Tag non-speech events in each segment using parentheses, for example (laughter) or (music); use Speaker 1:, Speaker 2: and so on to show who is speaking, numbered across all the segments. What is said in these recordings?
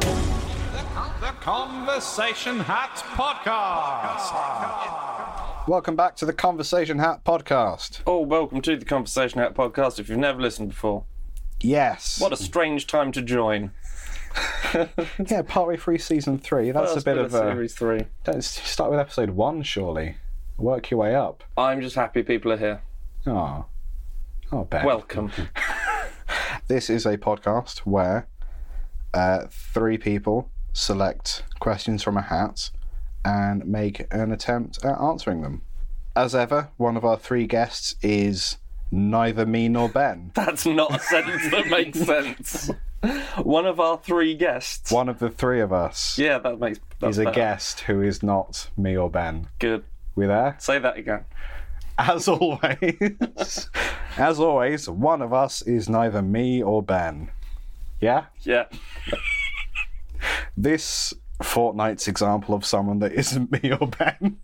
Speaker 1: The Conversation Hat Podcast.
Speaker 2: Welcome back to the Conversation Hat podcast.
Speaker 3: Oh, welcome to the Conversation Hat podcast. If you've never listened before,
Speaker 2: Yes.
Speaker 3: what a strange time to join.
Speaker 2: yeah, part way through season three. That's
Speaker 3: First
Speaker 2: a bit
Speaker 3: bit
Speaker 2: of a.
Speaker 3: series three.
Speaker 2: Don't s- start with episode one, surely. Work your way up.
Speaker 3: I'm just happy people are here.
Speaker 2: Oh. Oh, Ben. (laughs)
Speaker 3: Welcome.
Speaker 2: this is a podcast where uh, three people select questions from a hat and make an attempt at answering them. As ever, one of our three guests is neither me nor Ben.
Speaker 3: That's not a sentence
Speaker 2: (laughs)
Speaker 3: that makes sense. One of our three guests.
Speaker 2: One of the three of us
Speaker 3: Yeah, that makes. That's
Speaker 2: is a
Speaker 3: better.
Speaker 2: guest who is not me or Ben.
Speaker 3: Good.
Speaker 2: We there?
Speaker 3: Say that again.
Speaker 2: as
Speaker 3: (laughs)
Speaker 2: always, as always, one of us is neither me or Ben. Yeah?
Speaker 3: Yeah.
Speaker 2: This fortnight's example of someone that isn't me or Ben.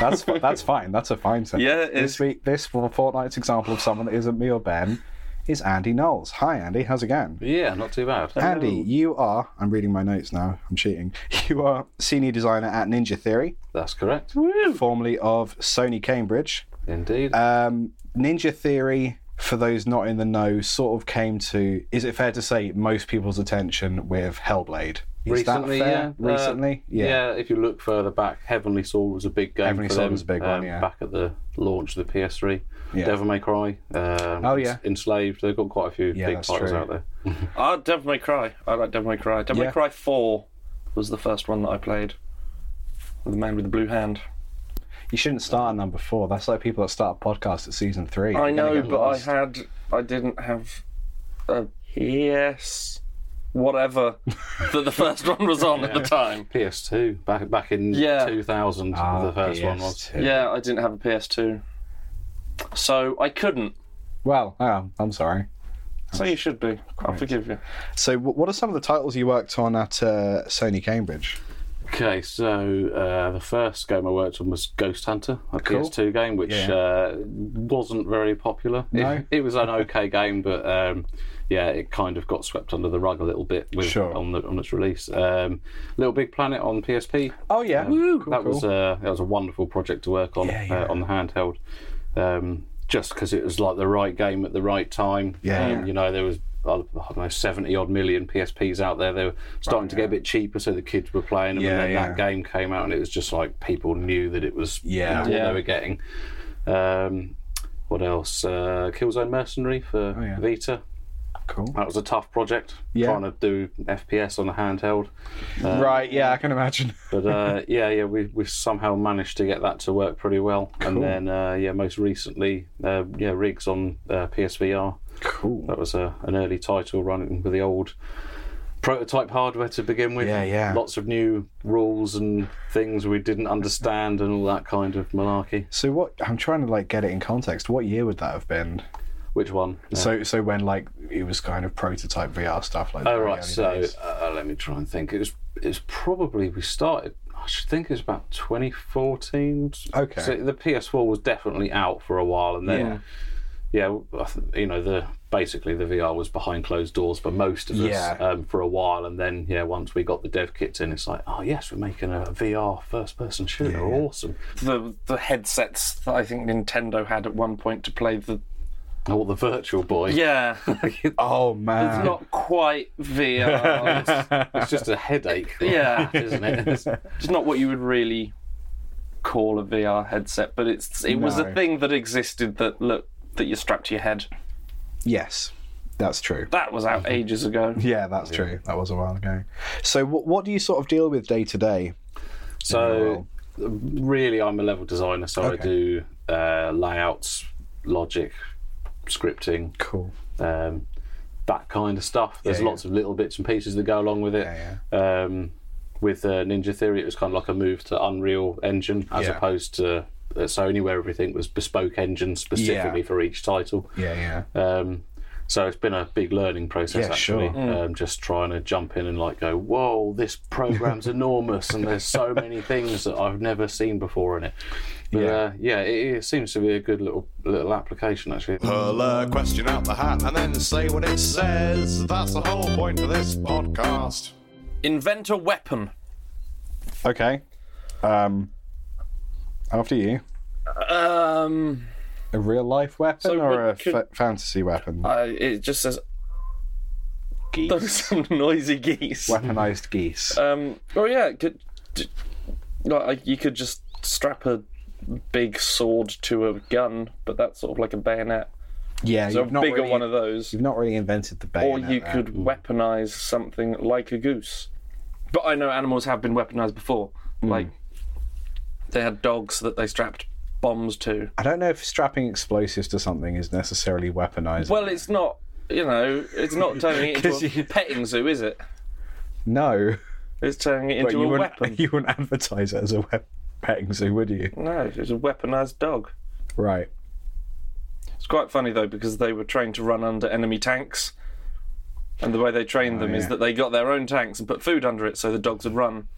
Speaker 2: That's fi- that's fine. That's a fine sentence.
Speaker 3: Yeah, it
Speaker 2: This
Speaker 3: is.
Speaker 2: week, this for- fortnight's example of someone that isn't me or Ben is Andy Knowles. Hi, Andy. How's it going?
Speaker 4: Yeah, not too bad.
Speaker 2: Andy, you are. I'm reading my notes now. I'm cheating. You are senior designer at Ninja Theory,
Speaker 4: That's correct.
Speaker 2: formerly of Sony Cambridge.
Speaker 4: Indeed.
Speaker 2: um, Ninja Theory, for those not in the know, sort of came to, is it fair to say, most people's attention with Hellblade? Is
Speaker 4: Recently,
Speaker 2: that
Speaker 4: yeah.
Speaker 2: fair? Recently?
Speaker 4: Uh, If you look further back, Heavenly Sword was a big game.
Speaker 2: Heavenly
Speaker 4: for
Speaker 2: Sword
Speaker 4: them,
Speaker 2: was a big
Speaker 4: um,
Speaker 2: one, yeah.
Speaker 4: Back at the launch of the PS3.
Speaker 2: Yeah.
Speaker 4: Devil May Cry. Um,
Speaker 2: Oh, yeah.
Speaker 4: Enslaved. They've got quite a few
Speaker 2: Yeah,
Speaker 4: big
Speaker 2: that's
Speaker 4: titles
Speaker 2: true.
Speaker 4: out there.
Speaker 3: I Devil May Cry. I like Devil May Cry. Devil
Speaker 2: Yeah.
Speaker 3: May Cry 4 was the first one that I played. With the man with the blue hand.
Speaker 2: You shouldn't start at number four. That's like people that start a podcast at season three.
Speaker 3: I
Speaker 2: You're gonna
Speaker 3: know,
Speaker 2: get
Speaker 3: but
Speaker 2: lost.
Speaker 3: I had. I didn't have. A yes. (laughs) Whatever that the first one was on at the time.
Speaker 4: PS2, back back in
Speaker 3: Yeah.
Speaker 4: 2000,
Speaker 2: Ah,
Speaker 4: the first one
Speaker 2: PS2.
Speaker 4: was.
Speaker 3: Yeah, I didn't have a PS2. So I couldn't.
Speaker 2: Well, oh, I'm sorry.
Speaker 3: So you should be. I'll forgive you.
Speaker 2: So, w- what are some of the titles you worked on at uh, Sony Cambridge?
Speaker 4: Okay, so uh, the first game I worked on was Ghost Hunter, a
Speaker 2: Cool.
Speaker 4: PS2 game, which
Speaker 2: Yeah.
Speaker 4: uh, wasn't very popular.
Speaker 2: No?
Speaker 4: It, it was an okay game, but um, yeah, it kind of got swept under the rug a little bit with,
Speaker 2: Sure.
Speaker 4: on, the, on its release. Um, Little Big Planet on PSP.
Speaker 2: Oh, yeah.
Speaker 4: Um, that was uh, that was a wonderful project to work on
Speaker 2: Yeah, yeah.
Speaker 4: Uh, on the handheld, um, just because it was like the right game at the right time.
Speaker 2: Yeah,
Speaker 4: Um,
Speaker 2: yeah.
Speaker 4: you know there was I don't know seventy odd million PSPs out there. They were starting to get a bit cheaper, so the kids were playing them.
Speaker 2: Yeah,
Speaker 4: and then
Speaker 2: yeah.
Speaker 4: that game came out, and it was just like people knew that it was
Speaker 2: Yeah.
Speaker 4: what
Speaker 3: Yeah.
Speaker 4: they were getting. Um, what else? Uh, Killzone Mercenary for
Speaker 2: Oh, yeah.
Speaker 4: Vita.
Speaker 2: cool.
Speaker 4: That was a tough project.
Speaker 2: Yeah.
Speaker 4: Trying to do FPS on the handheld.
Speaker 2: right, yeah, I can imagine. (laughs)
Speaker 4: But uh, yeah, yeah, we we somehow managed to get that to work pretty well, and then uh, yeah, most recently, uh, yeah, rigs on uh, PSVR.
Speaker 2: Cool.
Speaker 4: That was a, an early title running with the old prototype hardware to begin with.
Speaker 2: Yeah, yeah.
Speaker 4: Lots of new rules and things we didn't understand, and all that kind of malarkey.
Speaker 2: So, what I'm trying to like get it in context. What year would that have been?
Speaker 4: Which one?
Speaker 2: So, so when like it was kind of prototype VR stuff like.
Speaker 4: Oh
Speaker 2: the
Speaker 4: right,
Speaker 2: early
Speaker 4: so
Speaker 2: days.
Speaker 4: uh, let me try and think. It was it's probably we started. I should think it was about 2014.
Speaker 2: Okay.
Speaker 4: So the PS4 was definitely out for a while, and then yeah, I th- you know the basically the VR was behind closed doors for most of us
Speaker 2: Yeah.
Speaker 4: um, for a while, and then yeah, once we got the dev kits in, it's like oh yes, we're making a VR first person shooter, awesome.
Speaker 3: The the headsets that I think Nintendo had at one point to play the
Speaker 4: Oh, the Virtual Boy.
Speaker 3: yeah, (laughs)
Speaker 2: Oh man.
Speaker 3: not quite VR. (laughs) It's-
Speaker 4: (laughs) It's just a headache.
Speaker 3: Yeah.
Speaker 4: (laughs) isn't
Speaker 2: (laughs)
Speaker 4: it? It's-
Speaker 3: It's not what you would really call a VR headset, but it's it was
Speaker 2: No.
Speaker 3: a thing that existed that look that you strapped to your head.
Speaker 2: yes, that's true.
Speaker 3: That was out ages ago.
Speaker 2: Yeah, that's true. That was a while ago. So, wh- what do you sort of deal with day to day?
Speaker 4: So really, I'm a level designer, so I do uh, layouts, logic, scripting,
Speaker 2: Cool.
Speaker 4: um, that kind of stuff. There's
Speaker 2: Yeah, yeah.
Speaker 4: lots of little bits and pieces that go along with it.
Speaker 2: Yeah,
Speaker 4: Um, with uh, Ninja Theory, it was kind of like a move to Unreal Engine as
Speaker 2: Yeah.
Speaker 4: opposed to uh, Sony, where everything was bespoke engines specifically for each title.
Speaker 2: Yeah, yeah.
Speaker 4: Um, So it's been a big learning process
Speaker 2: Yeah,
Speaker 4: actually.
Speaker 2: sure.
Speaker 4: Um, just trying to jump in and like go, whoa, this
Speaker 2: (laughs)
Speaker 4: program's enormous, and there's so many things that I've never seen before in it. But, yeah,
Speaker 2: Yeah.
Speaker 4: uh, yeah, it, it seems to be a good little little application actually.
Speaker 1: Pull a question out the hat and then say what it says. That's the whole point of this podcast.
Speaker 3: Invent a weapon.
Speaker 2: Okay. Um, after you.
Speaker 3: Um,
Speaker 2: A real life weapon
Speaker 3: So
Speaker 2: or
Speaker 3: what
Speaker 2: a
Speaker 3: could- Uh,
Speaker 2: fa- fantasy weapon?
Speaker 3: I, it just says those (laughs) some noisy geese.
Speaker 2: Weaponized geese.
Speaker 3: (laughs) Um, oh yeah, could, d- like, you could just strap a big sword to a gun, but that's sort of like a bayonet.
Speaker 2: yeah,
Speaker 3: So a
Speaker 2: you've not
Speaker 3: bigger
Speaker 2: really,
Speaker 3: one of those.
Speaker 2: You've not really Mm. invented the
Speaker 3: Or
Speaker 2: bayonet.
Speaker 3: you
Speaker 2: there.
Speaker 3: could weaponize something like a goose. But I know animals have been weaponized before.
Speaker 2: Mm.
Speaker 3: Like they had dogs that they strapped bombs to.
Speaker 2: I don't know if strapping explosives to something is necessarily weaponized.
Speaker 3: Well, it's not. You know, it's
Speaker 2: (laughs)
Speaker 3: not turning it
Speaker 2: 'Cause
Speaker 3: into a
Speaker 2: you-
Speaker 3: petting zoo, is it? (laughs)
Speaker 2: no,
Speaker 3: It's turning it
Speaker 2: but
Speaker 3: into
Speaker 2: you
Speaker 3: a
Speaker 2: wouldn't,
Speaker 3: weapon.
Speaker 2: (laughs) you wouldn't advertise it as a web petting zoo, would you?
Speaker 3: No, it's a weaponized dog.
Speaker 2: Right.
Speaker 3: It's quite funny though because they were trained to run under enemy tanks, and the way they trained them
Speaker 2: Oh,
Speaker 3: is
Speaker 2: yeah.
Speaker 3: that they got their own tanks and put food under it so the dogs would run.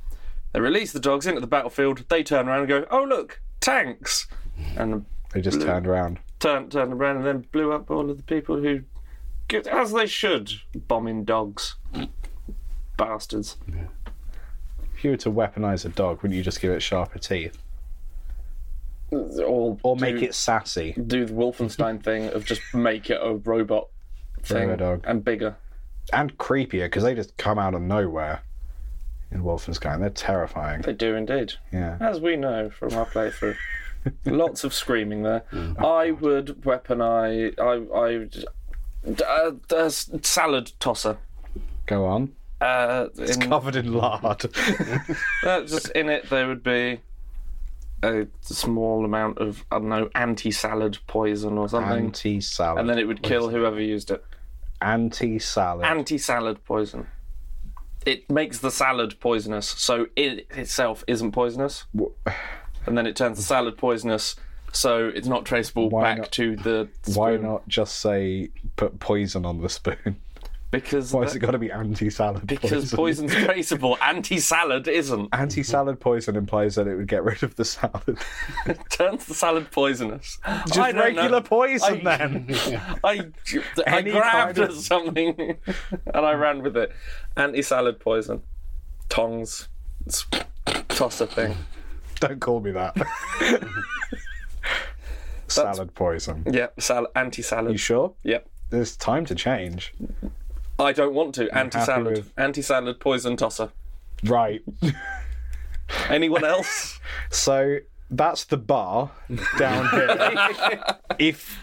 Speaker 3: They release the dogs into the battlefield. They turn around and go, "Oh look, tanks!" and
Speaker 2: They just turned around.
Speaker 3: turned turned around and then blew up all of the people who, as they should, bombing dogs. Bastards.
Speaker 2: If you were to weaponize a dog, wouldn't you just give it sharper teeth
Speaker 3: Or,
Speaker 2: or make it sassy?
Speaker 3: do the Wolfenstein thing of just make it a robot thing
Speaker 2: Robot dog.
Speaker 3: and bigger.
Speaker 2: and creepier because they just come out of nowhere in Wolfenstein. They're terrifying.
Speaker 3: They do indeed.
Speaker 2: Yeah.
Speaker 3: As we know from our playthrough, lots of screaming there. I would weaponize. I. I would- uh, uh, salad tosser.
Speaker 2: Go on. (laughs)
Speaker 3: Uh, in,
Speaker 2: Covered in
Speaker 3: (laughs)
Speaker 2: lard.
Speaker 3: uh, just in it, there would be a small amount of I don't know anti-salad poison or something,
Speaker 2: Anti salad.
Speaker 3: and then it would kill whoever used it.
Speaker 2: Anti salad.
Speaker 3: Anti-salad poison. It makes the salad poisonous, so it itself isn't poisonous, and then it turns the salad poisonous, so it's not traceable
Speaker 2: Why
Speaker 3: back
Speaker 2: not-
Speaker 3: to the.
Speaker 2: Why
Speaker 3: spoon.
Speaker 2: not just say put poison on the spoon? (laughs)
Speaker 3: Because
Speaker 2: Why
Speaker 3: the-
Speaker 2: has it got to be anti salad?
Speaker 3: (laughs) because
Speaker 2: (laughs)
Speaker 3: poison's traceable, anti-salad isn't.
Speaker 2: Anti salad poison implies that it would get rid of the
Speaker 3: (laughs)
Speaker 2: salad.
Speaker 3: Turns the salad poisonous.
Speaker 2: just
Speaker 3: I don't
Speaker 2: regular
Speaker 3: know.
Speaker 2: poison
Speaker 3: I- (laughs)
Speaker 2: then.
Speaker 3: I, I
Speaker 2: Any
Speaker 3: grabbed
Speaker 2: kind
Speaker 3: at
Speaker 2: of-
Speaker 3: (laughs) something and I ran with it. Anti-salad poison, tongs, it's tosser thing.
Speaker 2: don't call me
Speaker 3: (laughs)
Speaker 2: that. salad poison.
Speaker 3: Yep, sal- anti-salad.
Speaker 2: You sure?
Speaker 3: Yep.
Speaker 2: There's time to change.
Speaker 3: I don't want to. Anti-salad.
Speaker 2: with-
Speaker 3: Anti-salad poison tosser.
Speaker 2: Right. (laughs)
Speaker 3: Anyone else?
Speaker 2: So that's the bar down here.
Speaker 3: (laughs)
Speaker 2: if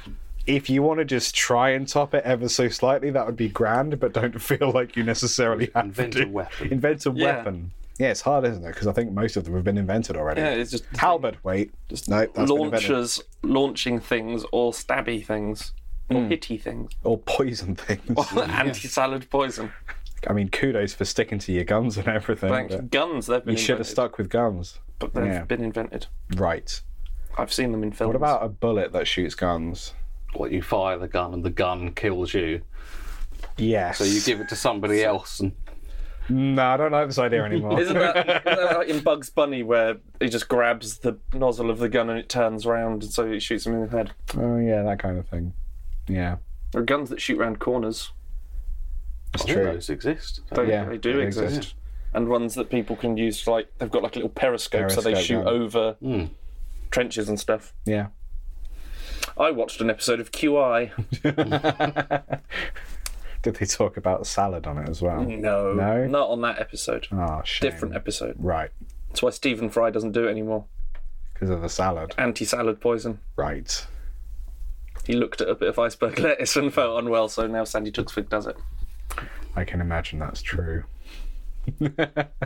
Speaker 2: if you want to just try and top it ever so slightly, that would be grand. But don't (laughs) feel like you necessarily have
Speaker 4: Invent
Speaker 2: to
Speaker 4: a
Speaker 2: do-
Speaker 4: weapon.
Speaker 2: Invent a
Speaker 3: Yeah.
Speaker 2: weapon. Yeah, it's hard, isn't it? Because I think most of them have been invented already.
Speaker 3: yeah, it's just
Speaker 2: Halberd. Wait, just no. that's been invented.
Speaker 3: launchers launching things or stabby things or
Speaker 2: Hmm.
Speaker 3: hitty
Speaker 2: (laughs)
Speaker 3: things.
Speaker 2: or poison things.
Speaker 3: Anti-salad poison.
Speaker 2: I mean, kudos for sticking to your guns and everything.
Speaker 3: Thanks.
Speaker 2: but
Speaker 3: Guns, they've been
Speaker 2: You should
Speaker 3: invented.
Speaker 2: have stuck with guns.
Speaker 3: but they've
Speaker 2: yeah.
Speaker 3: been invented.
Speaker 2: Right.
Speaker 3: I've seen them in films.
Speaker 2: What about a bullet that shoots guns?
Speaker 4: What you fire the gun and the gun kills you.
Speaker 2: Yes.
Speaker 4: So you give it to somebody else and
Speaker 2: No, I don't like this idea
Speaker 3: (laughs)
Speaker 2: anymore.
Speaker 3: Isn't that, isn't that like in Bugs Bunny where he just grabs the nozzle of the gun and it turns round and so it shoots him in the head?
Speaker 2: Oh yeah, that kind of thing. Yeah,
Speaker 3: There are guns that shoot round corners.
Speaker 2: that's
Speaker 4: I think
Speaker 2: true.
Speaker 4: those exist.
Speaker 3: They,
Speaker 2: Yeah,
Speaker 3: they do
Speaker 2: they
Speaker 3: exist.
Speaker 2: exist.
Speaker 3: And ones that people can use, like, they've got like a little periscope, so they
Speaker 2: Periscope,
Speaker 3: shoot
Speaker 2: yeah. Hmm.
Speaker 3: over trenches and stuff.
Speaker 2: Yeah.
Speaker 3: I watched an episode of QI.
Speaker 2: Did they talk about salad on it as well?
Speaker 3: (laughs) No.
Speaker 2: No?
Speaker 3: Not on that episode.
Speaker 2: Oh, shame.
Speaker 3: Mm. Different episode.
Speaker 2: Right,
Speaker 3: That's why Stephen Fry doesn't do it anymore.
Speaker 2: because of the salad.
Speaker 3: Anti salad poison.
Speaker 2: Right.
Speaker 3: He looked at a bit of iceberg (laughs) lettuce and felt unwell, so now Sandy Tuxford does it.
Speaker 2: I can imagine that's true. (laughs)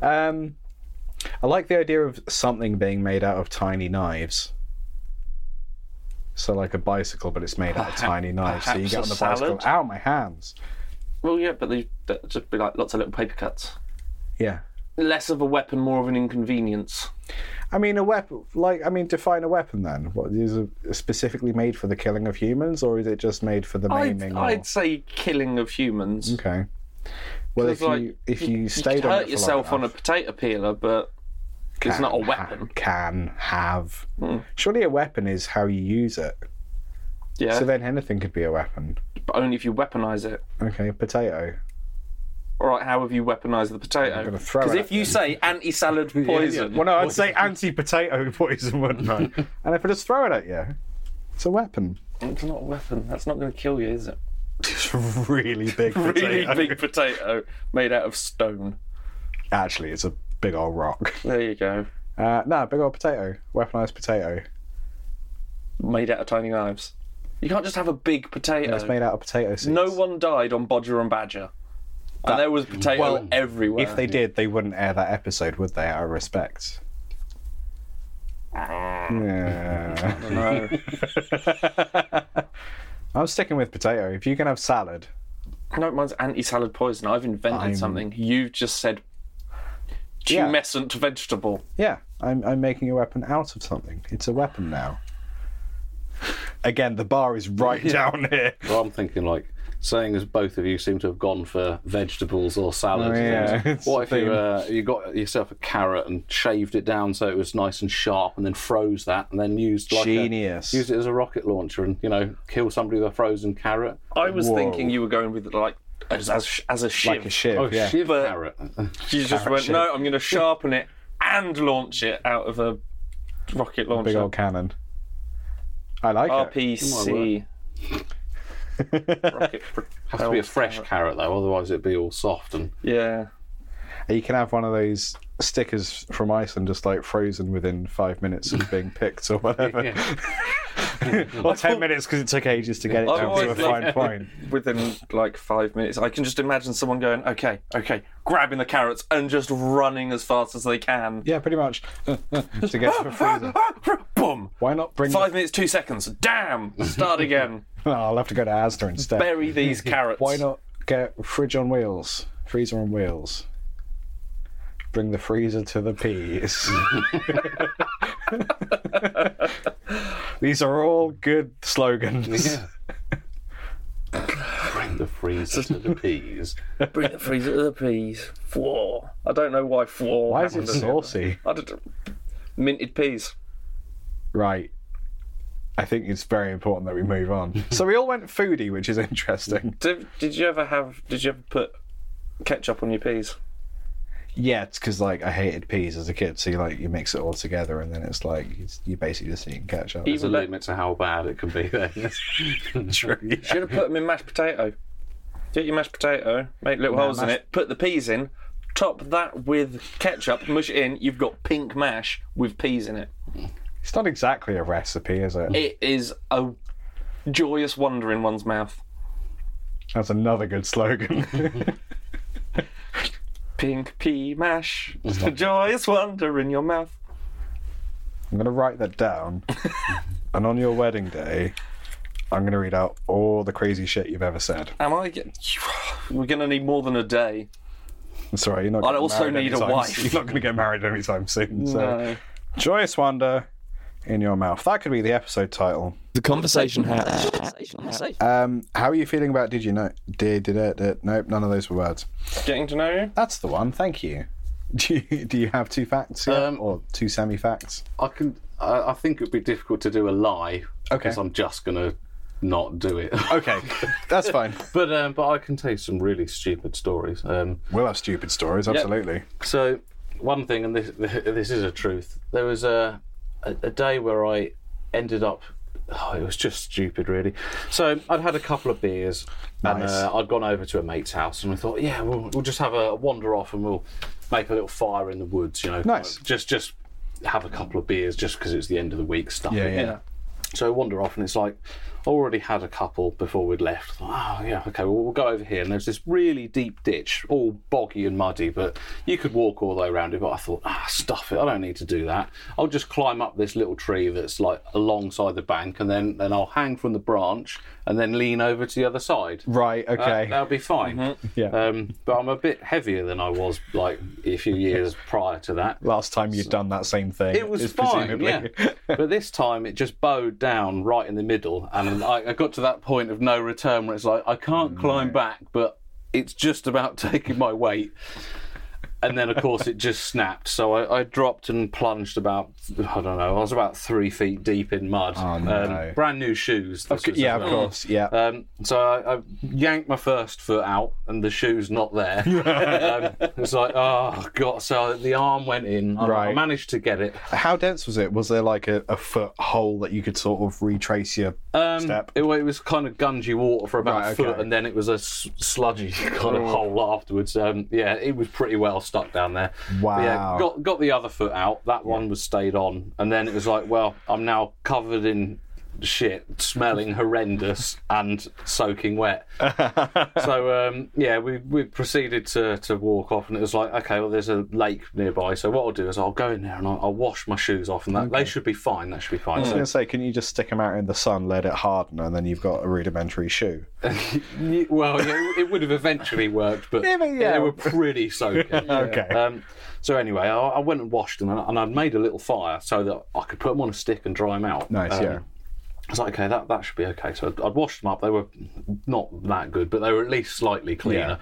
Speaker 2: um, I like the idea of something being made out of tiny knives. So, like a bicycle, but it's made out
Speaker 3: (laughs)
Speaker 2: of tiny knives. So you
Speaker 3: perhaps
Speaker 2: get
Speaker 3: a
Speaker 2: on the bicycle.
Speaker 3: salad?
Speaker 2: Ow, my hands.
Speaker 3: Well, yeah, but they that'd just be like lots of little paper cuts.
Speaker 2: Yeah.
Speaker 3: Less of a weapon, more of an inconvenience.
Speaker 2: I mean, a weapon. Like, I mean, define a weapon then. What is it specifically made for the killing of humans, or is it just made for the
Speaker 3: I'd,
Speaker 2: maiming? or-
Speaker 3: I'd say killing of humans.
Speaker 2: Okay. Well, if
Speaker 3: 'Cause, like,
Speaker 2: you if you,
Speaker 3: you
Speaker 2: stayed
Speaker 3: could
Speaker 2: on
Speaker 3: hurt yourself on a potato peeler, but it's not a weapon. Hmm.
Speaker 2: can have. Surely a weapon is how you use it.
Speaker 3: Yeah,
Speaker 2: So then anything could be a weapon.
Speaker 3: but only if you weaponize it.
Speaker 2: Okay, potato.
Speaker 3: All right, how have you weaponized the potato?
Speaker 2: gonna throw
Speaker 3: Because
Speaker 2: it
Speaker 3: if
Speaker 2: at
Speaker 3: you say
Speaker 2: (laughs)
Speaker 3: anti-salad poison,
Speaker 2: Well, no, I'd say anti-potato (laughs) poison, wouldn't
Speaker 3: (laughs)
Speaker 2: I? and if I just throw it at you, it's a weapon.
Speaker 3: it's not a weapon. That's not going to kill you, is it?
Speaker 2: It's a (laughs) really big potato.
Speaker 3: Really big potato made out of stone.
Speaker 2: Actually, it's a big old rock.
Speaker 3: There you go.
Speaker 2: Uh, no, big old potato. Weaponized potato.
Speaker 3: Made out of tiny knives. You can't just have a big potato.
Speaker 2: It's made out of potato seeds.
Speaker 3: Uh, no one died on Bodger and Badger. and there was potato
Speaker 2: well,
Speaker 3: everywhere.
Speaker 2: If they did, they wouldn't air that episode, would they? Out of respect.
Speaker 4: Ah.
Speaker 2: Yeah. (laughs)
Speaker 3: No.
Speaker 2: I'm sticking with potato. If you can have salad,
Speaker 3: No, mine's anti-salad poison. I've invented
Speaker 2: I'm-
Speaker 3: something. You've just said
Speaker 2: Yeah.
Speaker 3: tumescent vegetable.
Speaker 2: yeah, I'm, I'm making a weapon out of something. It's a weapon now. Again, the bar is right down here.
Speaker 4: Well, I'm thinking like saying as both of you seem to have gone for vegetables or salads.
Speaker 2: Oh,
Speaker 4: and
Speaker 2: yeah, (laughs)
Speaker 4: things,
Speaker 2: it's
Speaker 4: what if
Speaker 2: the
Speaker 4: you
Speaker 2: thing.
Speaker 4: uh, you got yourself a carrot and shaved it down so it was nice and sharp, and then froze that, and then used like a-
Speaker 2: Genius.
Speaker 4: used it as a rocket launcher, and you know kill somebody with a frozen carrot.
Speaker 3: I was
Speaker 2: Whoa.
Speaker 3: thinking you were going with like as as, as a shiv.
Speaker 2: Like a shiv,
Speaker 4: Oh,
Speaker 2: yeah.
Speaker 4: shiv
Speaker 3: But-
Speaker 4: carrot. (laughs)
Speaker 3: You just went,
Speaker 2: shiv.
Speaker 3: no, I'm going to sharpen it and launch it out of a rocket launcher.
Speaker 2: Big old cannon. I like
Speaker 4: Oh,
Speaker 2: it.
Speaker 3: RPC.
Speaker 2: (laughs)
Speaker 3: rocket. pro-
Speaker 4: Has to be a fresh carrot though, otherwise it'd be all soft and
Speaker 3: Yeah.
Speaker 2: You can have one of those stickers from Iceland just like frozen within five minutes of being picked or whatever. (laughs) or ten minutes because it took ages to get it
Speaker 3: I've
Speaker 2: down to a
Speaker 3: always
Speaker 2: fine
Speaker 3: liked-
Speaker 2: point.
Speaker 3: Within like five minutes, I can just imagine someone going, okay, okay, grabbing the carrots and just running as fast as they can.
Speaker 2: Yeah, pretty much. (laughs) to get to a freezer.
Speaker 3: (laughs) Boom!
Speaker 2: Why not bring?
Speaker 3: Five minutes, two seconds. Damn! Start again.
Speaker 2: The... No, (laughs) I'll have to go to Asda instead.
Speaker 3: Bury (laughs) these carrots.
Speaker 2: Why not get fridge on wheels, freezer on wheels? Bring the freezer to the peas. (laughs) These are all good slogans.
Speaker 4: (laughs) bring the freezer to the peas.
Speaker 3: Bring the freezer to the peas. Four. I don't know why four.
Speaker 2: Why is it
Speaker 3: happened.
Speaker 2: saucy?
Speaker 3: I don't, minted peas.
Speaker 2: Right. I think it's very important that we move (laughs) on. so we all went foodie, which is interesting.
Speaker 3: Did, did you ever have? Did you ever put ketchup on your peas?
Speaker 2: Yeah, it's because like I hated peas as a kid, so you like you mix it all together, and then it's like you- you basically just eating ketchup.
Speaker 4: There's a
Speaker 3: Even better.
Speaker 4: limit to how bad it can be then.
Speaker 3: Should have put them in mashed potato. Get your mashed potato, make little holes in it, put the peas in, top that with ketchup, mush it in. You've got pink mash with peas in it.
Speaker 2: It's not exactly a recipe, is it?
Speaker 3: It is a joyous wonder in one's mouth.
Speaker 2: That's another good (laughs) slogan.
Speaker 3: Pink pea mash, a (laughs) joyous wonder in your mouth.
Speaker 2: I'm gonna write that down, and on your wedding day, I'm gonna read out all the crazy shit you've ever said.
Speaker 3: Am I? Get... We're gonna need more than a day.
Speaker 2: It's alright, you're not. getting
Speaker 3: also
Speaker 2: married
Speaker 3: need a
Speaker 2: anytime
Speaker 3: wife.
Speaker 2: (laughs) You're not gonna get married anytime soon. So,
Speaker 3: No.
Speaker 2: joyous wonder in your mouth. That could be the episode title.
Speaker 3: The conversation has.
Speaker 2: Um, how are you feeling about? Did you know? Did did it? Did, nope, none of those were words.
Speaker 3: Getting to know you.
Speaker 2: That's the one. Thank you. (laughs) Do you, do you have two facts yet?
Speaker 4: Um,
Speaker 2: or two semi facts?
Speaker 4: I can. I, I think it'd be difficult to do a lie.
Speaker 2: Okay.
Speaker 4: Because I'm just gonna not do it.
Speaker 2: Okay, (laughs) that's fine.
Speaker 4: (laughs) but um, but I can tell you some really stupid stories. Um,
Speaker 2: We'll have stupid stories, absolutely.
Speaker 4: so one thing, and this (laughs) this is a truth. There was a a, a day where I ended up. Oh, it was just stupid, really. So I'd had a couple of beers, and
Speaker 2: Nice.
Speaker 4: uh, I'd gone over to a mate's house, and we thought, yeah, we'll, we'll just have a wander off, and we'll make a little fire in the woods, you know.
Speaker 2: Nice.
Speaker 4: Just just have a couple of beers, just because it's the end of the week stuff.
Speaker 2: Yeah, yeah.
Speaker 3: Yeah.
Speaker 4: So I wander off, and it's like already had a couple before we'd left. Thought, oh, yeah, okay, well, we'll go over here. And there's this really deep ditch, all boggy and muddy, but you could walk all the way around it. But I thought, ah, stuff it, I don't need to do that. I'll just climb up this little tree that's like alongside the bank, and then, then I'll hang from the branch and then lean over to the other side.
Speaker 2: Right.
Speaker 4: Uh,
Speaker 2: Okay.
Speaker 4: that'll be fine.
Speaker 5: Yeah.
Speaker 4: Um, but I'm a bit heavier than I was like a few years prior to that.
Speaker 5: Last time you'd done that same thing,
Speaker 4: It was
Speaker 5: is
Speaker 4: fine,
Speaker 2: (laughs)
Speaker 5: presumably-
Speaker 4: yeah. but this time it just bowed down right in the middle, and I, I got to that point of no return where it's like I
Speaker 2: Mm,
Speaker 4: can't climb back, but it's just about (laughs) taking my weight. And then, of course, it just snapped. So I, I dropped and plunged about, I don't know, I was about three feet deep in mud.
Speaker 2: Oh, no.
Speaker 4: um, brand new shoes. this was as
Speaker 2: yeah, of
Speaker 4: well.
Speaker 2: course. Yeah.
Speaker 4: Um, so I, I yanked my first foot out, and the shoe's
Speaker 2: (laughs)
Speaker 4: not there. um, it was like, oh god! So the arm went in. I, I
Speaker 2: Right.
Speaker 4: managed to get it.
Speaker 2: How dense was it? Was there like a, a foot hole that you could sort of retrace your
Speaker 4: Um,
Speaker 2: step?
Speaker 4: It, it was kind of gungy water for about
Speaker 2: Right,
Speaker 4: a foot,
Speaker 2: okay. Oh.
Speaker 4: and then it was a s- sludgy (laughs) kind of hole afterwards. Um, yeah, it was pretty well stuck down there. But
Speaker 2: Wow.
Speaker 4: Yeah, got got the other foot out. That one was stayed on, and then it was like, well, I'm now covered in shit,
Speaker 2: (laughs)
Speaker 4: smelling horrendous, and soaking wet. so um, yeah, we we proceeded to to walk off, and it was like, okay, well, there's a lake nearby. So what I'll do is I'll go in there and I'll, I'll wash my shoes off, and that they should be fine. That should be fine.
Speaker 2: I
Speaker 4: So
Speaker 2: was going to say, can you just stick them out in the sun, let it harden, and then you've got a rudimentary shoe?
Speaker 4: Ye- Well, yeah, it would have eventually worked, but
Speaker 2: Yeah, but yeah.
Speaker 4: they were pretty
Speaker 2: (laughs)
Speaker 4: soaking.
Speaker 2: Okay.
Speaker 4: Um, so anyway, I, I went and washed them, and, I- and I'd made a little fire so that I could put them on a stick and dry them out.
Speaker 2: Nice,
Speaker 4: Um,
Speaker 2: yeah.
Speaker 4: I was like, okay, that, that should be okay. So I'd, I'd washed them up. They were not that good, but they were at least slightly cleaner.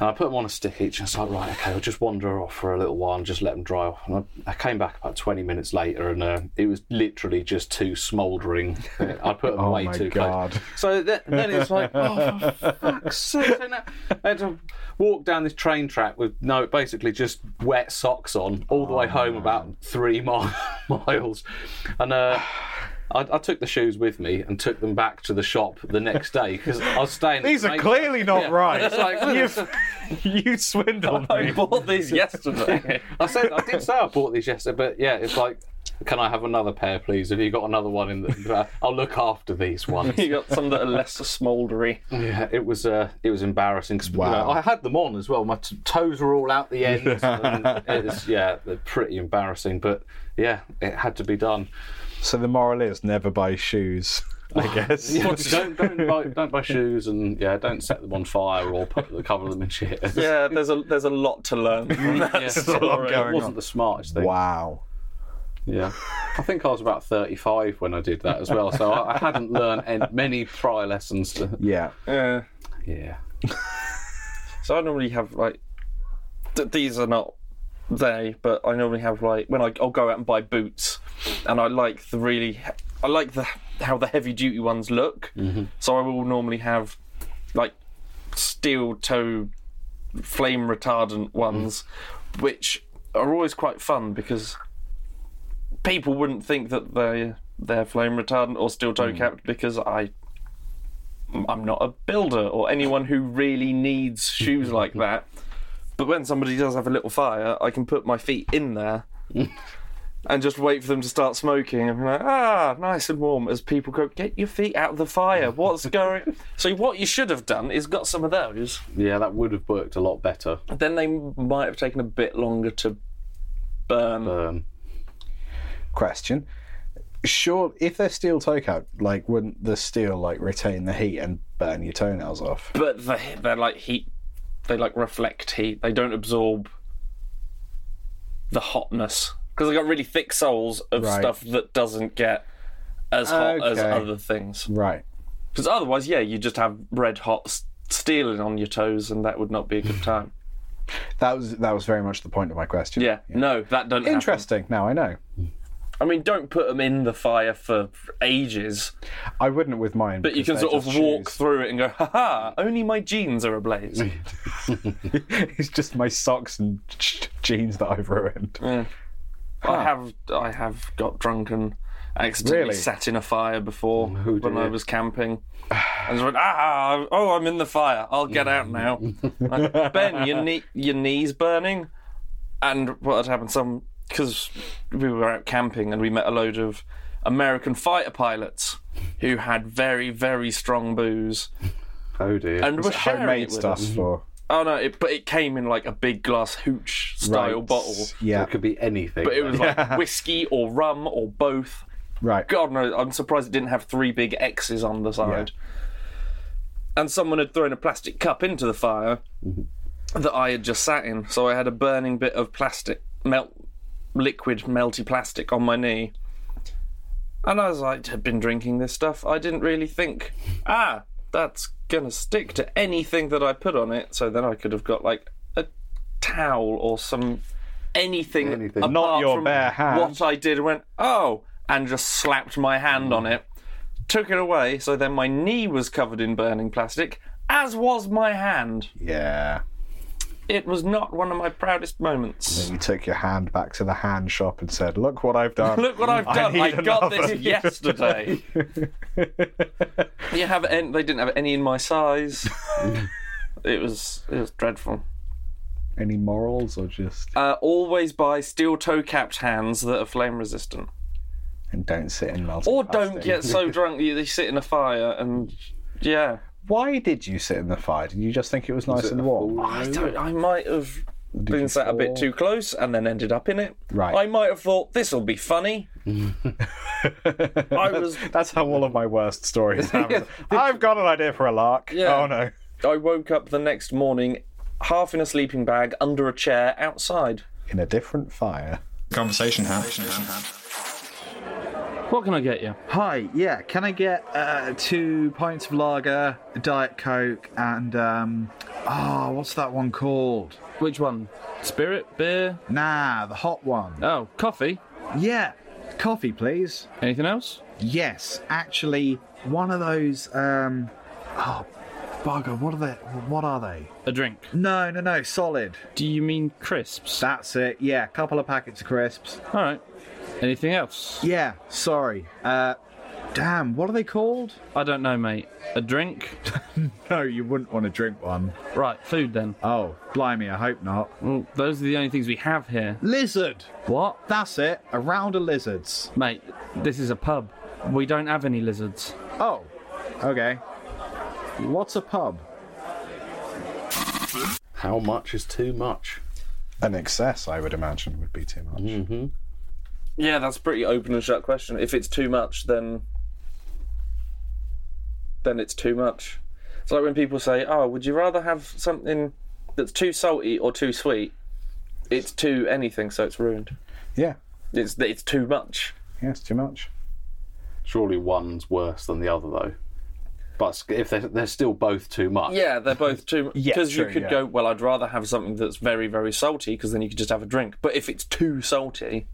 Speaker 4: And I put them on a stick each, and I was like, right, okay, I'll just wander off for a little while and just let them dry off. And I, I came back about 20 minutes later, and uh, it was literally just too
Speaker 2: (laughs)
Speaker 4: smouldering. I put them
Speaker 2: Oh
Speaker 4: way
Speaker 2: my
Speaker 4: too close.
Speaker 2: God.
Speaker 4: So th- then it's like, oh, for fuck's sake. So now I had to walk down this train track with no, basically just wet socks on all the way home about
Speaker 5: Oh.
Speaker 4: three (laughs) mi- miles. And uh, I, I took the shoes with me and took them back to the shop the next day because I was staying. at
Speaker 5: These are
Speaker 4: mate's-
Speaker 5: clearly not
Speaker 4: Yeah.
Speaker 5: right. (laughs)
Speaker 4: It's like, well,
Speaker 5: You've- you swindled
Speaker 3: I
Speaker 5: me.
Speaker 3: bought these (laughs) yesterday.
Speaker 4: I said I did say I bought these yesterday, but yeah, it's like, can I have another pair, please? Have you got another one in the? (laughs) I'll look after these ones.
Speaker 3: you got some that are less smouldery.
Speaker 4: Yeah, it was uh, it was embarrassing. 'cause, you
Speaker 2: Wow.
Speaker 4: know, I had them on as well. My t- toes were all out
Speaker 3: (laughs)
Speaker 4: the end. and it was, yeah, they're pretty embarrassing. But yeah, it had to be done.
Speaker 2: So the moral is never buy shoes, (laughs) I
Speaker 4: (laughs)
Speaker 2: guess. (laughs)
Speaker 4: don't don't buy, don't buy shoes and yeah, don't set them on fire or put the cover them in shit.
Speaker 3: (laughs) Yeah, there's a there's a lot to learn (laughs) from that story.
Speaker 4: It wasn't the smartest thing.
Speaker 2: Wow.
Speaker 4: Yeah, I think I was about thirty-five when I did that as well, so I, I hadn't learned en- many prior lessons. To,
Speaker 2: Yeah.
Speaker 3: Yeah.
Speaker 4: yeah,
Speaker 3: So I normally have like th- these are not they, but I normally have like when I, I'll go out and buy boots, and I like the really I like the how the heavy duty ones look. So I will normally have like steel toe flame retardant ones, which are always quite fun because people wouldn't think that they they're flame retardant or steel toe capped because I I'm not a builder or anyone who really needs shoes like that. But when somebody does have a little fire, I can put my feet in there and just wait for them to start smoking and be like, ah, nice and warm as people go, get your feet out of the fire. What's going So what you should have done is got some of those.
Speaker 4: yeah, that would have worked a lot better.
Speaker 3: Then they might have taken a bit longer to burn.
Speaker 4: Um,
Speaker 2: Question. Sure, if they're steel toe cap, like, wouldn't the steel, like, retain the heat and burn your toenails off?
Speaker 3: But they, they're like heat. They like reflect heat. They don't absorb the hotness because they got really thick soles of
Speaker 2: Right.
Speaker 3: stuff that doesn't get as hot as
Speaker 2: Okay.
Speaker 3: other things.
Speaker 2: Right.
Speaker 3: Because otherwise, yeah, you just have red hot s- stealing on your toes, and that would not be a good time.
Speaker 2: That was that was very much the point of my question.
Speaker 3: Yeah, no, that don't. happen.
Speaker 2: Interesting. Now I know.
Speaker 3: I mean, don't put them in the fire for ages,
Speaker 2: I wouldn't with mine.
Speaker 3: but you can sort of walk through it and go, "Ha ha! Only my jeans
Speaker 2: (laughs)
Speaker 3: are ablaze."
Speaker 2: it's just my socks and jeans that I've ruined.
Speaker 3: I have I have got drunk and accidentally
Speaker 2: Really? Um,
Speaker 3: sat in a fire before when I
Speaker 4: dear.
Speaker 3: was camping. (sighs) I just went, ah, oh, I'm in the fire. I'll get
Speaker 2: (laughs)
Speaker 3: out now. Like, ben, your knee, your knee's burning. And what had happened? Some because we were out camping and we met a load of American fighter pilots who had very, very strong booze
Speaker 4: Oh dear.
Speaker 3: and were sharing it
Speaker 2: Homemade
Speaker 3: with
Speaker 2: stuff
Speaker 3: us.
Speaker 2: for
Speaker 3: Oh no, it, but it came in like a big glass hooch style
Speaker 2: Right.
Speaker 3: bottle.
Speaker 4: So
Speaker 2: Yeah,
Speaker 4: It could be anything.
Speaker 3: But it was like whiskey or rum or both.
Speaker 2: right.
Speaker 3: God knows, I'm surprised it didn't have three big X's on the side. And someone had thrown a plastic cup into the fire that I had just sat in, so I had a burning bit of plastic melt liquid melty plastic on my knee. And as I had been drinking this stuff, I didn't really think, ah, that's gonna stick to anything that I put on it. So then I could have got like a towel or some anything,
Speaker 4: Anything.
Speaker 3: apart
Speaker 5: Not your
Speaker 3: from
Speaker 5: bare hand.
Speaker 3: What I did went, oh, and just slapped my hand on it, took it away. So then my knee was covered in burning plastic, as was my hand.
Speaker 2: Yeah.
Speaker 3: It was not one of my proudest moments.
Speaker 2: You took your hand back to the hand shop and said, "Look what I've done."
Speaker 3: (laughs) Look what I've done!
Speaker 5: need
Speaker 3: I, got
Speaker 5: another.
Speaker 2: (laughs)
Speaker 5: (laughs)
Speaker 3: this yesterday. you have any, they didn't have any in my size. it was it was dreadful.
Speaker 2: Any morals or just
Speaker 3: Uh, always buy steel toe capped hands that are flame resistant,
Speaker 2: and don't sit in melting.
Speaker 3: or don't
Speaker 2: plastic.
Speaker 5: (laughs)
Speaker 3: get so drunk that you sit in a fire and yeah.
Speaker 2: Why did you sit in the fire? Did you just think it was nice and (laughs) warm?
Speaker 3: I don't. I might have
Speaker 2: you
Speaker 3: been sat a
Speaker 2: fall?
Speaker 3: bit too close and then ended up in it.
Speaker 2: Right.
Speaker 3: I might have thought this will be funny. I was.
Speaker 5: That's how all of my worst
Speaker 3: (laughs)
Speaker 5: stories happen. I've got an idea for a lark.
Speaker 3: Yeah.
Speaker 5: Oh no.
Speaker 3: I woke up the next morning, half in a sleeping bag, under a chair outside.
Speaker 2: In a different fire.
Speaker 1: Conversation hat.
Speaker 3: What can I get you?
Speaker 6: Hi, yeah, can I get uh, two pints of lager, a Diet Coke, and, um, oh, what's that one called?
Speaker 3: Which one? Spirit, beer?
Speaker 6: Nah, the hot one.
Speaker 3: Oh, coffee.
Speaker 6: Yeah, coffee, please.
Speaker 3: Anything else?
Speaker 6: Yes, actually, one of those, um, oh, bugger, what are they? What are they?
Speaker 3: A drink.
Speaker 6: No, no, no, solid.
Speaker 3: Do you mean crisps?
Speaker 6: That's it, yeah, a couple of packets of crisps.
Speaker 3: All right. Anything else?
Speaker 6: Yeah, sorry. Uh, damn, what are they called?
Speaker 3: I don't know, mate. A drink?
Speaker 6: No, you wouldn't want to drink one.
Speaker 3: right, food then.
Speaker 6: Oh, blimey, I hope not.
Speaker 3: Well, those are the only things we have here.
Speaker 6: Lizard!
Speaker 3: What?
Speaker 6: That's it, a round of lizards.
Speaker 3: Mate, this is a pub. We don't have any lizards.
Speaker 6: Oh, okay. What's a pub?
Speaker 4: How much is too much?
Speaker 2: An excess, I would imagine, would be too much.
Speaker 3: Mm. Yeah, that's a pretty open and shut question. If it's too much, then then it's too much. It's like when people say, "Oh, would you rather have something that's too salty or too sweet?" It's too anything, so it's ruined.
Speaker 2: Yeah.
Speaker 3: It's it's too much.
Speaker 2: Yes, too much.
Speaker 4: Surely one's worse than the other, though. But s- if they're, they're still both too much.
Speaker 3: Yeah, they're both too
Speaker 5: Yeah,
Speaker 3: because you
Speaker 5: true,
Speaker 3: could
Speaker 5: yeah.
Speaker 3: go, "Well, I'd rather have something that's very very salty because then you could just have a drink." But if it's too salty,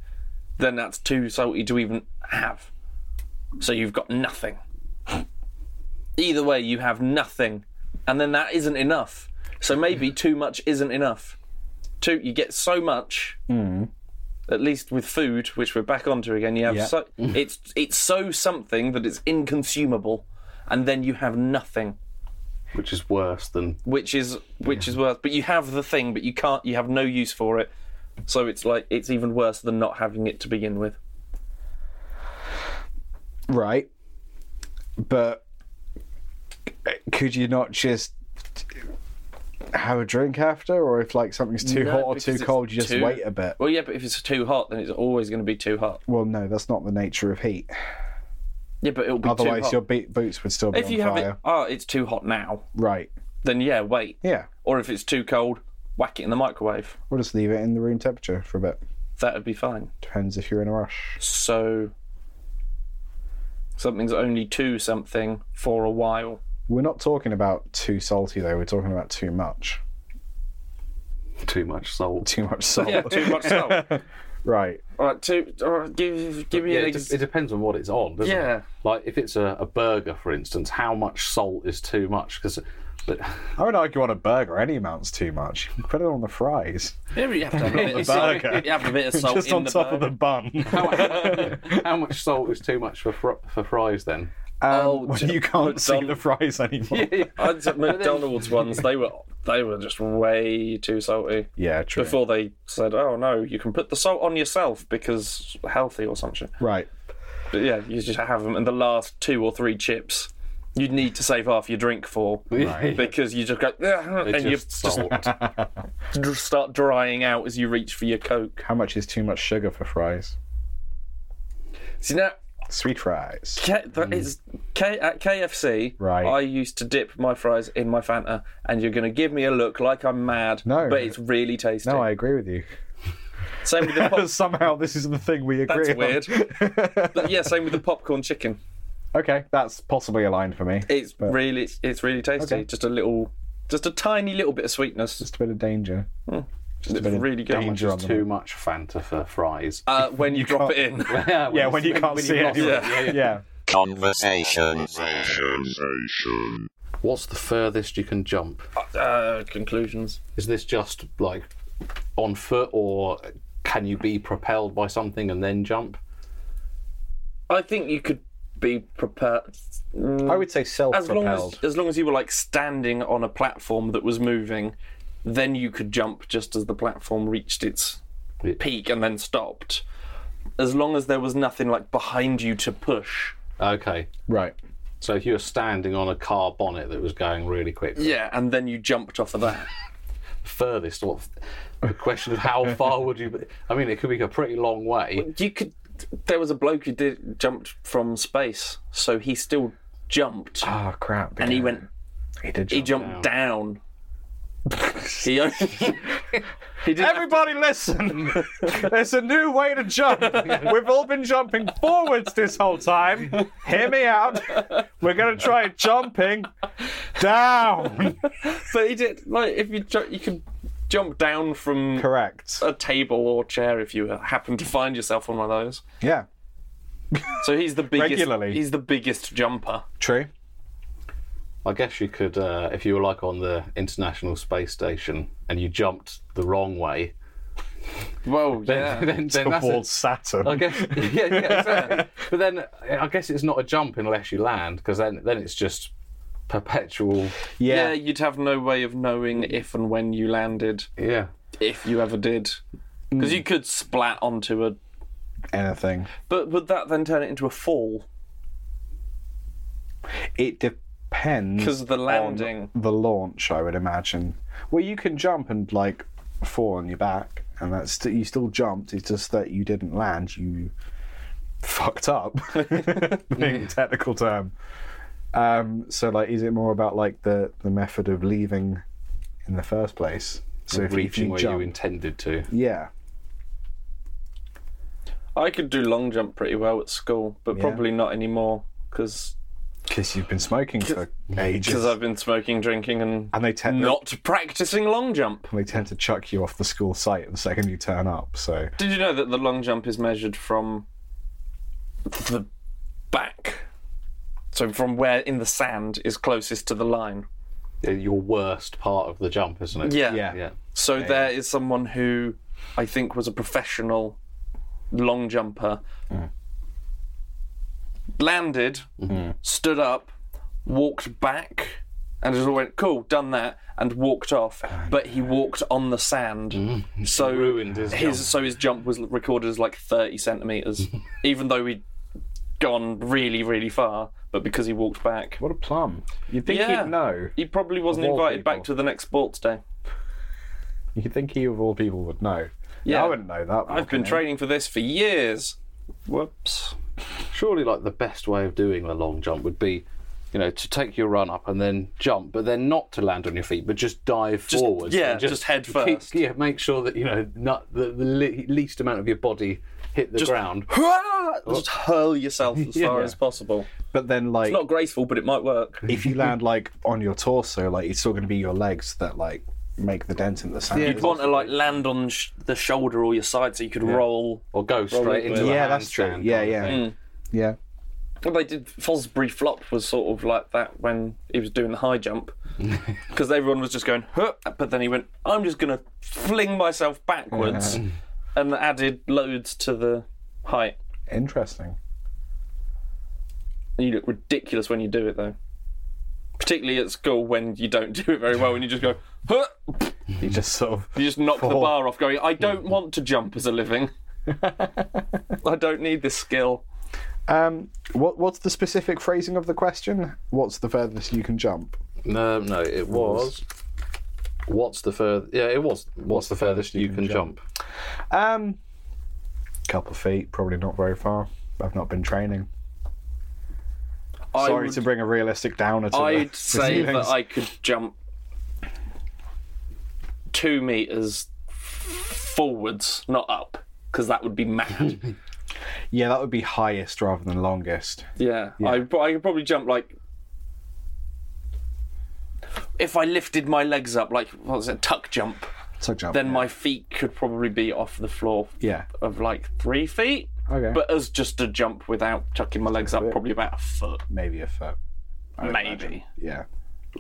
Speaker 3: then that's too salty to even have. So you've got nothing. Either way, you have nothing, and then that isn't enough. So maybe
Speaker 5: (laughs)
Speaker 3: too much isn't enough. Too you get so much.
Speaker 5: Mm.
Speaker 3: At least with food, which we're back onto again, you
Speaker 5: (laughs)
Speaker 3: have so it's it's so something that it's inconsumable, and then you have nothing
Speaker 4: Which is worse than.
Speaker 3: which is which is worse. But you have the thing, but you can't. You have no use for it. So it's like it's even worse than not having it to begin with.
Speaker 2: Right. But could you not just have a drink after? Or if like something's too
Speaker 3: No,
Speaker 2: hot or too
Speaker 3: because it's
Speaker 2: cold, you just
Speaker 3: too-
Speaker 2: wait a bit.
Speaker 3: Well, yeah, but if it's too hot, then it's always going to be too hot.
Speaker 2: Well, no, that's not the nature of heat.
Speaker 3: Yeah, but it'll be too
Speaker 2: Otherwise,
Speaker 3: hot.
Speaker 2: your be- boots would still be
Speaker 3: if
Speaker 2: on
Speaker 3: you have
Speaker 2: fire.
Speaker 3: it, oh, it's too hot now.
Speaker 2: Right.
Speaker 3: Then yeah, wait.
Speaker 2: Yeah.
Speaker 3: Or if it's too cold, whack it in the microwave.
Speaker 2: We'll just leave it in the room temperature for a bit.
Speaker 3: That would be fine.
Speaker 2: Depends if you're in a rush.
Speaker 3: So something's only two something for a while.
Speaker 2: We're not talking about too salty though. We're talking about too much. (laughs)
Speaker 4: Too much salt.
Speaker 2: Too much salt.
Speaker 3: Yeah, too
Speaker 2: (laughs)
Speaker 3: much salt. all
Speaker 2: Right.
Speaker 3: right, two. All right, give give me
Speaker 4: Yeah,
Speaker 3: an
Speaker 4: it,
Speaker 3: ex-
Speaker 4: de- it depends on what it's on, doesn't
Speaker 3: Yeah.
Speaker 4: it? Like if it's a, a burger, for instance, how much salt is too much? Because, but (laughs)
Speaker 2: I would argue on a burger, any amount's too much. You can put it on the fries.
Speaker 3: Yeah, but you have to have
Speaker 5: (laughs)
Speaker 3: a bit of salt.
Speaker 5: burger.
Speaker 3: You have a bit
Speaker 5: (laughs)
Speaker 3: of salt
Speaker 5: Just
Speaker 3: in
Speaker 5: on
Speaker 3: the
Speaker 5: top
Speaker 3: burger.
Speaker 5: of the bun.
Speaker 4: how much salt is too much for fr- for fries then?
Speaker 5: Um,
Speaker 3: Oh,
Speaker 2: When you can't see the fries anymore. Yeah,
Speaker 3: I'd (laughs) say McDonald's ones, they were they were just way too salty.
Speaker 2: true.
Speaker 3: Before they said, "Oh no, you can put the salt on yourself because healthy or something."
Speaker 2: Right.
Speaker 3: But yeah, you just have them, and the last two or three chips you need to save half your drink for
Speaker 4: (laughs)
Speaker 3: because you just go "Ugh,"
Speaker 4: It's
Speaker 3: and you
Speaker 4: (laughs) just salt.
Speaker 3: just dr- start drying out as you reach for your coke.
Speaker 5: How much is too much sugar for fries?
Speaker 3: See now.
Speaker 5: Sweet fries.
Speaker 3: K, that is K at KFC.
Speaker 5: Mm. Right.
Speaker 3: I used to dip my fries in my Fanta, and you're going to give me a look like I'm mad.
Speaker 5: No.
Speaker 3: but it's really tasty.
Speaker 5: No, I agree with you. (laughs)
Speaker 3: Same with the pop-
Speaker 5: Somehow this is the thing we agree
Speaker 3: That's
Speaker 5: on.
Speaker 3: weird. but yeah, same with the popcorn chicken.
Speaker 5: (laughs) Okay, that's possibly a line for me.
Speaker 3: It's really, it's, it's really tasty. Just a little, just a tiny little bit of sweetness.
Speaker 5: Just a bit of danger.
Speaker 3: Just
Speaker 5: bit of
Speaker 3: really good.
Speaker 5: damage.
Speaker 4: Just too much Fanta for fries.
Speaker 3: Uh, when you, drop it in,
Speaker 4: (laughs) yeah,
Speaker 5: Yeah, when you can't see it.
Speaker 3: Yeah.
Speaker 5: Yeah. (laughs)
Speaker 7: Conversation.
Speaker 4: What's the furthest you can jump?
Speaker 5: (laughs)
Speaker 3: uh, conclusions.
Speaker 4: Is this just like on foot, or can you be propelled by something and then jump?
Speaker 3: I think you could be prepared
Speaker 5: I would say
Speaker 3: as long as
Speaker 5: self-propelled.
Speaker 3: as long as you were like standing on a platform that was moving, then you could jump just as the platform reached its
Speaker 4: Yeah.
Speaker 3: peak and then stopped. As long as there was nothing like behind you to push.
Speaker 4: Okay.
Speaker 5: Right.
Speaker 4: So if you were standing on a car bonnet that was going really quick,
Speaker 3: Yeah, and then you jumped off of that.
Speaker 4: furthest or the question of how far would you? Be? I mean, it could be a pretty long way.
Speaker 3: you could. There was a bloke who did jumped from space, so he still jumped,
Speaker 5: Oh crap.
Speaker 3: and he
Speaker 5: yeah.
Speaker 3: went.
Speaker 5: He did.
Speaker 3: He
Speaker 5: jump.
Speaker 3: jumped down. (laughs) he only. he did
Speaker 5: Everybody, listen. There's a new way to jump. We've all been jumping forwards this whole time. Hear me out. We're gonna try jumping down.
Speaker 3: But he did. Like, if you ju- you could jump down from
Speaker 4: Oh,
Speaker 5: Correct.
Speaker 3: a table or chair if you happen to find yourself on one of those.
Speaker 5: Yeah.
Speaker 3: So he's the biggest.
Speaker 5: Regularly.
Speaker 3: He's the biggest jumper.
Speaker 5: True.
Speaker 4: I guess you could, uh, if you were like on the International Space Station and you jumped the wrong way,
Speaker 3: Well,
Speaker 4: then,
Speaker 2: (laughs)
Speaker 4: then, then that's
Speaker 5: Towards
Speaker 4: it.
Speaker 5: Saturn.
Speaker 4: I guess, (laughs) yeah, yeah, exactly. but then uh, I guess it's not a jump unless you land, because then then it's just perpetual.
Speaker 3: yeah. you'd have no way of knowing if and when you landed,
Speaker 4: Yeah,
Speaker 3: if you ever did, because you could splat onto a.
Speaker 2: Anything.
Speaker 3: But would that then turn it into a fall
Speaker 2: It depends
Speaker 3: because of the landing?
Speaker 2: the launch, I would imagine. Well, you can jump and like fall on your back, and that's st- you still jumped. It's just that you didn't land. You (laughs)
Speaker 5: fucked up,
Speaker 4: Hmm.
Speaker 5: being a technical term.
Speaker 2: um. So like, is it more about like the the method of leaving in the first place? So if, if
Speaker 4: reaching
Speaker 2: you
Speaker 4: where
Speaker 2: jump,
Speaker 4: you intended to.
Speaker 2: yeah,
Speaker 3: I could do long jump pretty well at school, but probably not anymore because
Speaker 2: because you've been smoking for ages,
Speaker 3: because I've been smoking, drinking, and
Speaker 2: and they tend
Speaker 3: not practicing long jump.
Speaker 2: they tend to chuck you off the school site the second you turn up. So
Speaker 3: Did you know that the long jump is measured from the back? So from where in the sand is closest to the line.
Speaker 4: Your worst part of the jump, isn't it?
Speaker 3: yeah.
Speaker 4: yeah.
Speaker 3: So there is someone who I think was a professional long jumper.
Speaker 4: Mm.
Speaker 3: Landed,
Speaker 4: Mm-hmm.
Speaker 3: stood up, walked back, and just went, cool, done that, and walked off. But he walked on the sand. So
Speaker 4: Mm-hmm. Ruined his jump.
Speaker 3: so his jump was recorded as like
Speaker 5: (laughs)
Speaker 3: thirty centimetres. even though he'd gone really, really far, but because he walked back.
Speaker 5: What a plum. You'd think
Speaker 3: Yeah.
Speaker 5: he'd know.
Speaker 3: He probably wasn't
Speaker 5: Of all
Speaker 3: invited back
Speaker 5: people.
Speaker 3: to the next sports day.
Speaker 5: You'd think he, of all people, would know.
Speaker 3: Yeah.
Speaker 5: I wouldn't know that.
Speaker 3: I've been training for this for years. Whoops.
Speaker 4: surely like the best way of doing a long jump would be you know to take your run up and then jump but then not to land on your feet but just dive
Speaker 3: Just-
Speaker 4: forwards
Speaker 3: yeah,
Speaker 4: and
Speaker 3: just head
Speaker 4: keep-
Speaker 3: first.
Speaker 4: yeah make sure that you know not the, the le- least amount of your body hit the ground
Speaker 3: Just hurl
Speaker 5: (laughs)
Speaker 3: yourself as far as possible.
Speaker 2: but then like
Speaker 3: It's not graceful, but it might work.
Speaker 2: if you land like on your torso, like it's still going to be your legs that like make the dent in the sand.
Speaker 3: You'd want to like land on sh- the shoulder or your side so you could roll.
Speaker 4: or go straight into
Speaker 2: Yeah,
Speaker 4: a
Speaker 2: that's true.
Speaker 4: handstand
Speaker 2: Yeah,
Speaker 4: kind of
Speaker 2: yeah.
Speaker 4: thing.
Speaker 3: Hmm.
Speaker 2: Yeah.
Speaker 3: Well, they did Fosbury flop was sort of like that when he was doing the high jump
Speaker 2: (laughs)
Speaker 3: because everyone was just going huh, but then he went I'm just going to fling myself backwards (laughs) and added loads to the height.
Speaker 2: Interesting.
Speaker 3: And you look ridiculous when you do it though. Particularly at school when you don't do it very well and you just go huh,
Speaker 2: You just sort of
Speaker 3: You just knock the bar off, (laughs) going, I don't want to jump as a living. I don't need this skill.
Speaker 2: Um, what what's the specific phrasing of the question? What's the furthest you can jump?
Speaker 4: No, no, it was. What's the further? Yeah, it was. What's, the furthest you can jump?
Speaker 2: Um, couple feet, probably not very far. I've not been training.
Speaker 3: I
Speaker 2: Sorry
Speaker 3: would,
Speaker 2: to bring a realistic downer to the (laughs)
Speaker 3: I'd
Speaker 2: the
Speaker 3: say that
Speaker 2: ceilings.
Speaker 3: I could jump two meters forwards, not up, because that would
Speaker 2: (laughs)
Speaker 3: be mad.
Speaker 2: Yeah, that would be highest rather than longest.
Speaker 3: Yeah, I, pro- I could probably jump like. If I lifted my legs up, like what was it, tuck jump,
Speaker 2: So jump.
Speaker 3: then
Speaker 2: yeah.
Speaker 3: my feet could probably be off the floor
Speaker 2: yeah.
Speaker 3: of like three feet.
Speaker 2: Okay.
Speaker 3: But as just a jump without tucking my legs up, probably about a foot,
Speaker 2: maybe a foot.
Speaker 3: maybe.
Speaker 2: Yeah.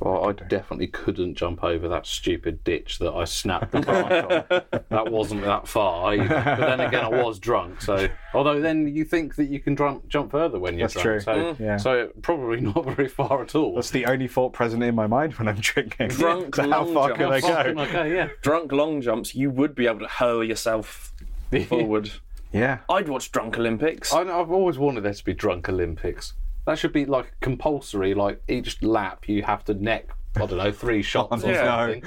Speaker 4: Well, I definitely couldn't jump over that stupid ditch that
Speaker 2: (laughs)
Speaker 4: I snapped the branch on. That wasn't that far. Either. But then again, I was
Speaker 2: (laughs)
Speaker 4: drunk. So, although then you think that you can drum, jump further when you're
Speaker 2: That's
Speaker 4: drunk.
Speaker 2: true.
Speaker 3: Mm.
Speaker 4: So,
Speaker 2: Yeah.
Speaker 4: so probably (laughs) not very far at all.
Speaker 2: That's the only thought present in my mind when I'm drinking. (laughs)
Speaker 3: Drunk
Speaker 2: How
Speaker 3: long
Speaker 2: far
Speaker 3: jump.
Speaker 2: can I
Speaker 3: (laughs)
Speaker 4: Fucking
Speaker 2: go? (laughs)
Speaker 4: okay, yeah.
Speaker 3: Drunk long jumps, you would be able to hurl yourself forward.
Speaker 2: Yeah.
Speaker 3: I'd watch Drunk Olympics.
Speaker 4: I, I've always wanted there to be drunk Olympics. That should be like compulsory. Like each lap, you have to neck. I don't know,
Speaker 2: (laughs)
Speaker 4: three shots or
Speaker 2: no.
Speaker 4: something.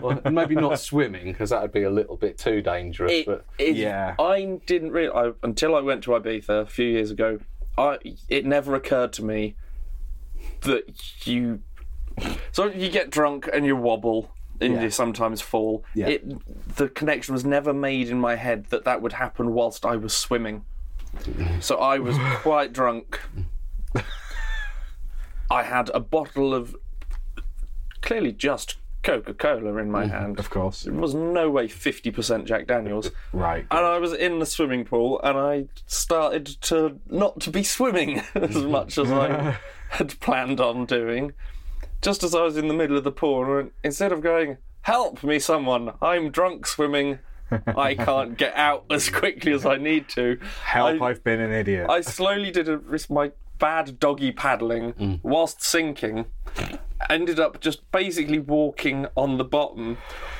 Speaker 4: Well,
Speaker 2: (laughs)
Speaker 4: maybe not swimming because that would be a little bit too dangerous.
Speaker 3: it,
Speaker 4: but
Speaker 3: it-
Speaker 2: Yeah.
Speaker 3: I didn't really I, until I went to Ibiza a few years ago. I it never occurred to me that you so you get drunk and you wobble and you sometimes fall.
Speaker 2: Yeah.
Speaker 3: It the connection was never made in my head that that would happen whilst I was swimming. So
Speaker 2: (laughs)
Speaker 3: I was quite drunk. I had a bottle of clearly just Coca Cola in my hand.
Speaker 2: Of course.
Speaker 3: It was no way 50% Jack Daniels.
Speaker 2: Right.
Speaker 3: And I was in the swimming pool and I started to not to be swimming (laughs) as much as I had planned on doing. Just as I was in the middle of the pool, I went, instead of going, Help me, someone, I'm drunk swimming. I can't get out as quickly as I need to.
Speaker 2: Help!
Speaker 3: I-
Speaker 2: I've been an idiot.
Speaker 3: I slowly did a, with my bad doggy paddling whilst sinking. Ended up just basically walking on the bottom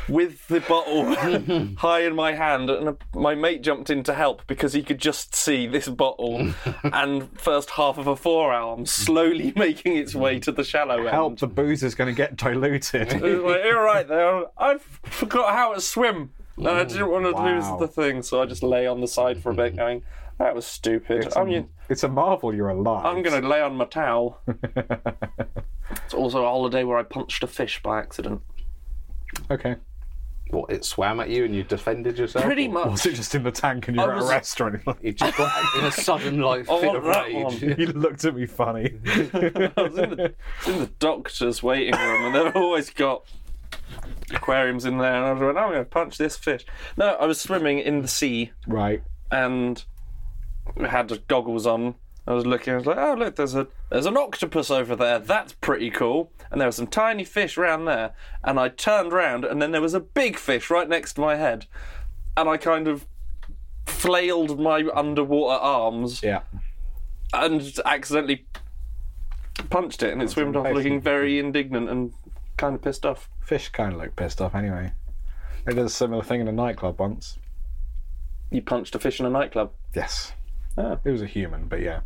Speaker 3: with the bottle high in my hand, and a, my mate jumped in to help because he could just see this bottle and first half of a forearm slowly (laughs) making its way to the shallow end.
Speaker 2: Help! The booze is going to get diluted.
Speaker 3: (laughs) It was like, You're right there. I f- forgot how to swim. And I didn't want to
Speaker 2: wow.
Speaker 3: lose the thing, so I just lay on the side for a bit, going, "That was stupid." I mean,
Speaker 2: it's a marvel you're alive.
Speaker 3: I'm going to lay on my towel. it's also a holiday where I punched a fish by accident.
Speaker 2: (laughs) Okay.
Speaker 4: what, it swam at you and you defended yourself?
Speaker 3: Pretty
Speaker 4: or-
Speaker 3: much.
Speaker 2: (laughs) Was it just in the tank and you
Speaker 3: I
Speaker 2: were at a
Speaker 3: was-
Speaker 2: rest or (laughs) anything?
Speaker 4: You just got in a sudden like
Speaker 3: I
Speaker 4: fit
Speaker 3: want
Speaker 4: of
Speaker 3: that
Speaker 4: rage.
Speaker 3: one.
Speaker 4: (laughs)
Speaker 2: You looked at me funny.
Speaker 3: (laughs) I was in the, in the doctor's waiting room, and they've always got aquariums in there. And I was like, "I'm going to punch this fish." No, I was swimming in the sea
Speaker 2: right.
Speaker 3: and had goggles on. I was looking. I was like, "Oh, look, there's a there's an octopus over there. That's pretty cool." And there were some tiny fish round there. And I turned round, and then there was a big fish right next to my head. And I kind of flailed my underwater arms
Speaker 2: Yeah.
Speaker 3: and accidentally punched it, and it swam off, looking very indignant and kind of pissed off.
Speaker 2: Fish kind of look pissed off anyway. They did a similar thing in a nightclub once.
Speaker 3: You punched a fish in a nightclub.
Speaker 2: Yes.
Speaker 3: Oh.
Speaker 2: It was a human, but yeah.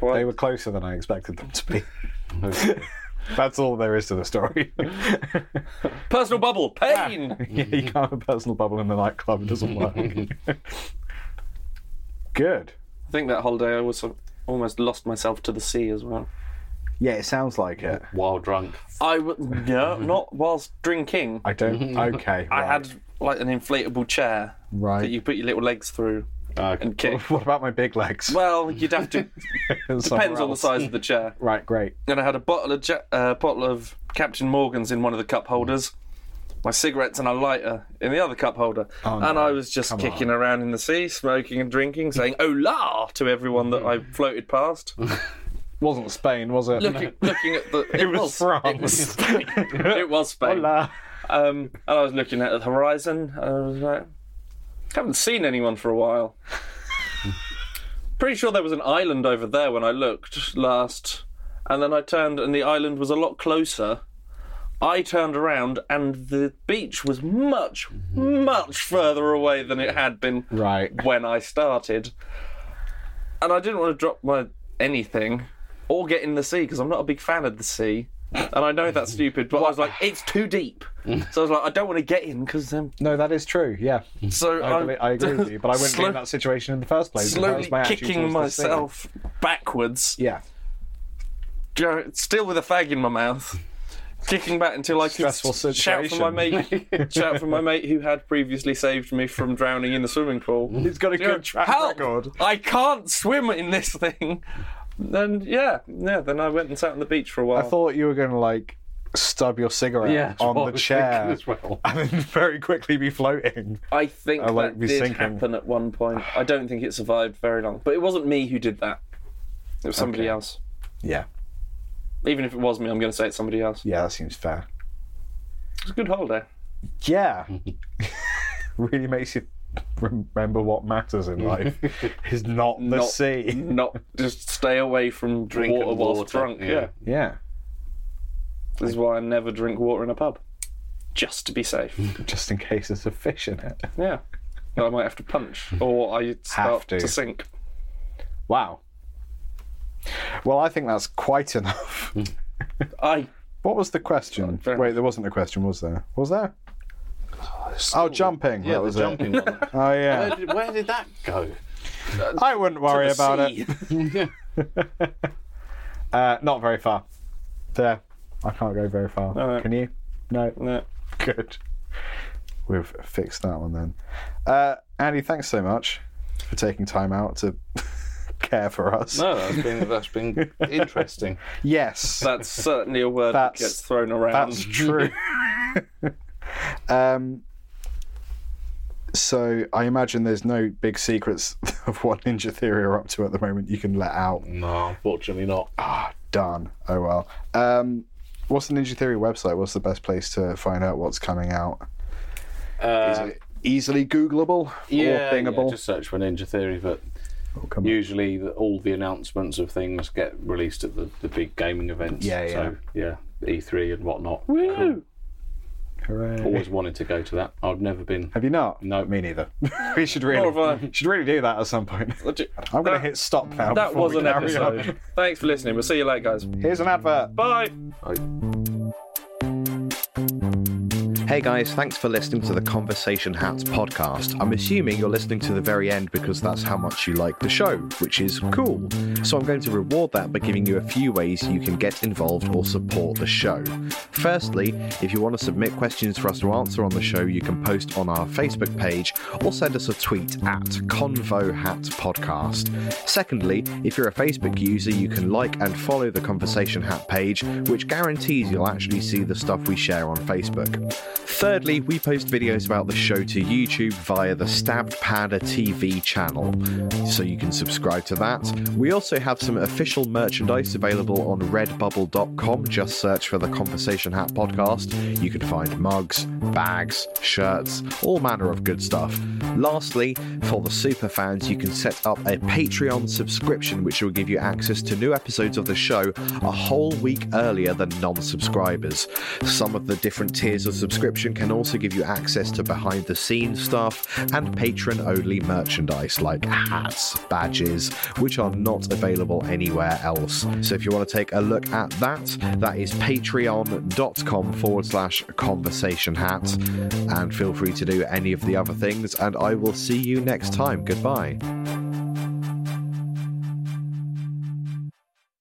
Speaker 3: Well,
Speaker 2: They were closer than I expected them to be. (laughs) That's all there is to the story. (laughs)
Speaker 3: Personal bubble pain.
Speaker 2: Yeah, you can't have a personal bubble in the nightclub. It doesn't work. (laughs) Good.
Speaker 3: I think that holiday I was almost lost myself to the sea as well.
Speaker 2: Yeah, it sounds like it.
Speaker 4: While drunk.
Speaker 3: I w- no, (laughs) not whilst drinking.
Speaker 2: I
Speaker 3: (laughs)
Speaker 2: don't. Okay.
Speaker 3: I
Speaker 2: right,
Speaker 3: had like an inflatable chair
Speaker 2: Right.
Speaker 3: that you put your little legs through
Speaker 4: Uh,
Speaker 3: and kick.
Speaker 2: (laughs) (laughs) What about my big legs? (laughs)
Speaker 3: Well, you'd have to. Depends on the size of the chair.
Speaker 2: Right. Great.
Speaker 3: And I had a bottle of ja- uh, bottle of Captain Morgan's in one of the cup holders, my cigarettes and a lighter in the other cup holder,
Speaker 2: Oh,
Speaker 3: and I was just kicking around in the sea, smoking and drinking, saying "Hola" to everyone that
Speaker 2: (laughs)
Speaker 3: I floated past.
Speaker 2: Wasn't Spain, was it? (laughs)
Speaker 3: looking, looking at the. It,
Speaker 2: was
Speaker 3: It
Speaker 2: (laughs)
Speaker 3: was
Speaker 2: France.
Speaker 3: Spain. it was Spain.
Speaker 2: Hola.
Speaker 3: Um, and I was looking at the horizon. And I was like, haven't seen anyone for a
Speaker 2: (laughs)
Speaker 3: while. Pretty sure there was an island over there when I looked last. And then I turned, and the island was a lot closer. I turned around, and the beach was much,
Speaker 2: Mm-hmm.
Speaker 3: much further away than it had been
Speaker 2: Right.
Speaker 3: when I started. and I didn't want to drop my anything or get in the sea because I'm not a big fan of the sea. And I know that's stupid, but I was like, it's too
Speaker 2: (laughs)
Speaker 3: deep. So I was like, I don't want to get in because then.
Speaker 2: No, that is true. Yeah,
Speaker 3: So
Speaker 2: I, believe- I agree with you, but I wouldn't be
Speaker 3: (laughs) Slow-
Speaker 2: in that situation in the first place. if that
Speaker 3: slowly
Speaker 2: was my attitude
Speaker 3: kicking
Speaker 2: towards the sea.
Speaker 3: myself backwards,
Speaker 2: Yeah,
Speaker 3: go- still with a fag in my mouth, kicking back until I could
Speaker 2: Stressful
Speaker 3: shout for my mate, shout for
Speaker 2: (laughs)
Speaker 3: my mate who had previously saved me from drowning in the swimming pool.
Speaker 2: he's got a
Speaker 3: Go,
Speaker 2: good track
Speaker 3: "Help!
Speaker 2: record.
Speaker 3: I can't swim in this thing. And yeah, yeah. Then I went and sat on the beach for a
Speaker 2: I
Speaker 3: while.
Speaker 2: thought you were going to like stub your cigarette
Speaker 4: Oh. Yeah, (laughs) that's what I
Speaker 2: on the
Speaker 4: was thinking
Speaker 2: chair
Speaker 4: as well. (laughs)
Speaker 2: and then (laughs) very quickly be floating.
Speaker 3: I think
Speaker 2: I won't
Speaker 3: that
Speaker 2: be
Speaker 3: did
Speaker 2: sinking.
Speaker 3: happen at one point. I don't think it survived very long. But it wasn't me who did that. It was somebody else.
Speaker 2: Yeah,
Speaker 3: Even if it was me, I'm going to say it's somebody else.
Speaker 2: yeah, that seems fair.
Speaker 3: It was a good holiday.
Speaker 4: (laughs)
Speaker 2: Yeah, really makes you remember what matters in
Speaker 4: (laughs)
Speaker 2: life is not the
Speaker 3: Not-
Speaker 2: sea. (laughs)
Speaker 3: Not just stay away from
Speaker 4: Drinking
Speaker 3: water whilst
Speaker 4: water,
Speaker 3: drunk.
Speaker 4: yeah.
Speaker 3: yeah.
Speaker 2: Yeah,
Speaker 3: This is why I never drink water in a pub. Just to be safe.
Speaker 2: (laughs) just in case there's a fish in it.
Speaker 3: yeah. I might have to punch or I start
Speaker 2: Have to.
Speaker 3: to. sink.
Speaker 2: Wow. Well, I think that's quite enough.
Speaker 3: I
Speaker 2: What was the question?
Speaker 3: fair
Speaker 2: Wait, there wasn't a question, was there? Was there? Oh, jumping.
Speaker 4: Yeah,
Speaker 2: that
Speaker 4: the
Speaker 2: was
Speaker 4: jumping
Speaker 2: it.
Speaker 4: one.
Speaker 2: Oh
Speaker 4: Where
Speaker 2: yeah.
Speaker 4: did, where did that go?
Speaker 2: I wouldn't worry about it.
Speaker 3: See. (laughs)
Speaker 2: Uh, not very far. There. I can't go very far.
Speaker 3: Alright.
Speaker 2: Can you? No. (laughs)
Speaker 3: No.
Speaker 2: Good. We've fixed that one then. Uh, Andy, thanks so much for taking time out to (laughs) care for us.
Speaker 4: No, that's been, that's been (laughs) interesting.
Speaker 2: Yes,
Speaker 3: (laughs) That's certainly a word
Speaker 2: That's-
Speaker 3: that gets thrown around.
Speaker 2: that's true. (laughs) um, so I imagine there's no big secrets (laughs) of what Ninja Theory are up to at the moment you can let out.
Speaker 4: No, unfortunately not.
Speaker 2: Done. Oh well. Um, what's the Ninja Theory website? What's the best place to find out what's coming out?
Speaker 4: Uh,
Speaker 2: easily Googleable
Speaker 4: yeah,
Speaker 2: or
Speaker 4: yeah,
Speaker 2: bingable.
Speaker 4: just search for Ninja Theory, but
Speaker 2: Oh, come on.
Speaker 4: usually the, all the announcements of things get released at the, the big gaming events.
Speaker 2: Yeah, yeah.
Speaker 4: So, yeah, E3 and whatnot.
Speaker 3: Woo!
Speaker 2: Hooray.
Speaker 4: Always wanted to go to that. I've never been.
Speaker 2: Have you not?
Speaker 4: No.
Speaker 2: me neither. (laughs) we should
Speaker 3: Nor have
Speaker 2: really
Speaker 3: I.
Speaker 2: should really do that at some point. I'm gonna
Speaker 3: That-
Speaker 2: hit stop now.
Speaker 3: That
Speaker 2: before
Speaker 3: was
Speaker 2: we
Speaker 3: an
Speaker 2: carry on.
Speaker 3: episode. Thanks for listening. We'll see you later, guys.
Speaker 2: Here's an advert.
Speaker 3: Bye.
Speaker 6: Hey guys, thanks for listening to the Conversation Hats podcast. I'm assuming you're listening to the very end because that's how much you like the show, which is cool. So I'm going to reward that by giving you a few ways you can get involved or support the show. Firstly, if you want to submit questions for us to answer on the show, you can post on our Facebook page or send us a tweet at Convo Hat Podcast. Secondly, if you're a Facebook user, you can like and follow the Conversation Hat page, which guarantees you'll actually see the stuff we share on Facebook. Thirdly, we post videos about the show to YouTube via the Stabbed Padder TV channel, so you can subscribe to that. We also have some official merchandise available on redbubble.com. Just search for the Conversation Hat podcast. You can find mugs, bags, shirts, all manner of good stuff. Lastly, for the super fans, you can set up a Patreon subscription, which will give you access to new episodes of the show a whole week earlier than non subscribers. Some of the different tiers of subscription can also give you access to behind the scenes stuff and patron only merchandise like hats, badges, which are not available anywhere else. So if you want to take a look at that, that is patreon.com forward slash conversation hat. And feel free to do any of the other things. And I will see you next time. Goodbye.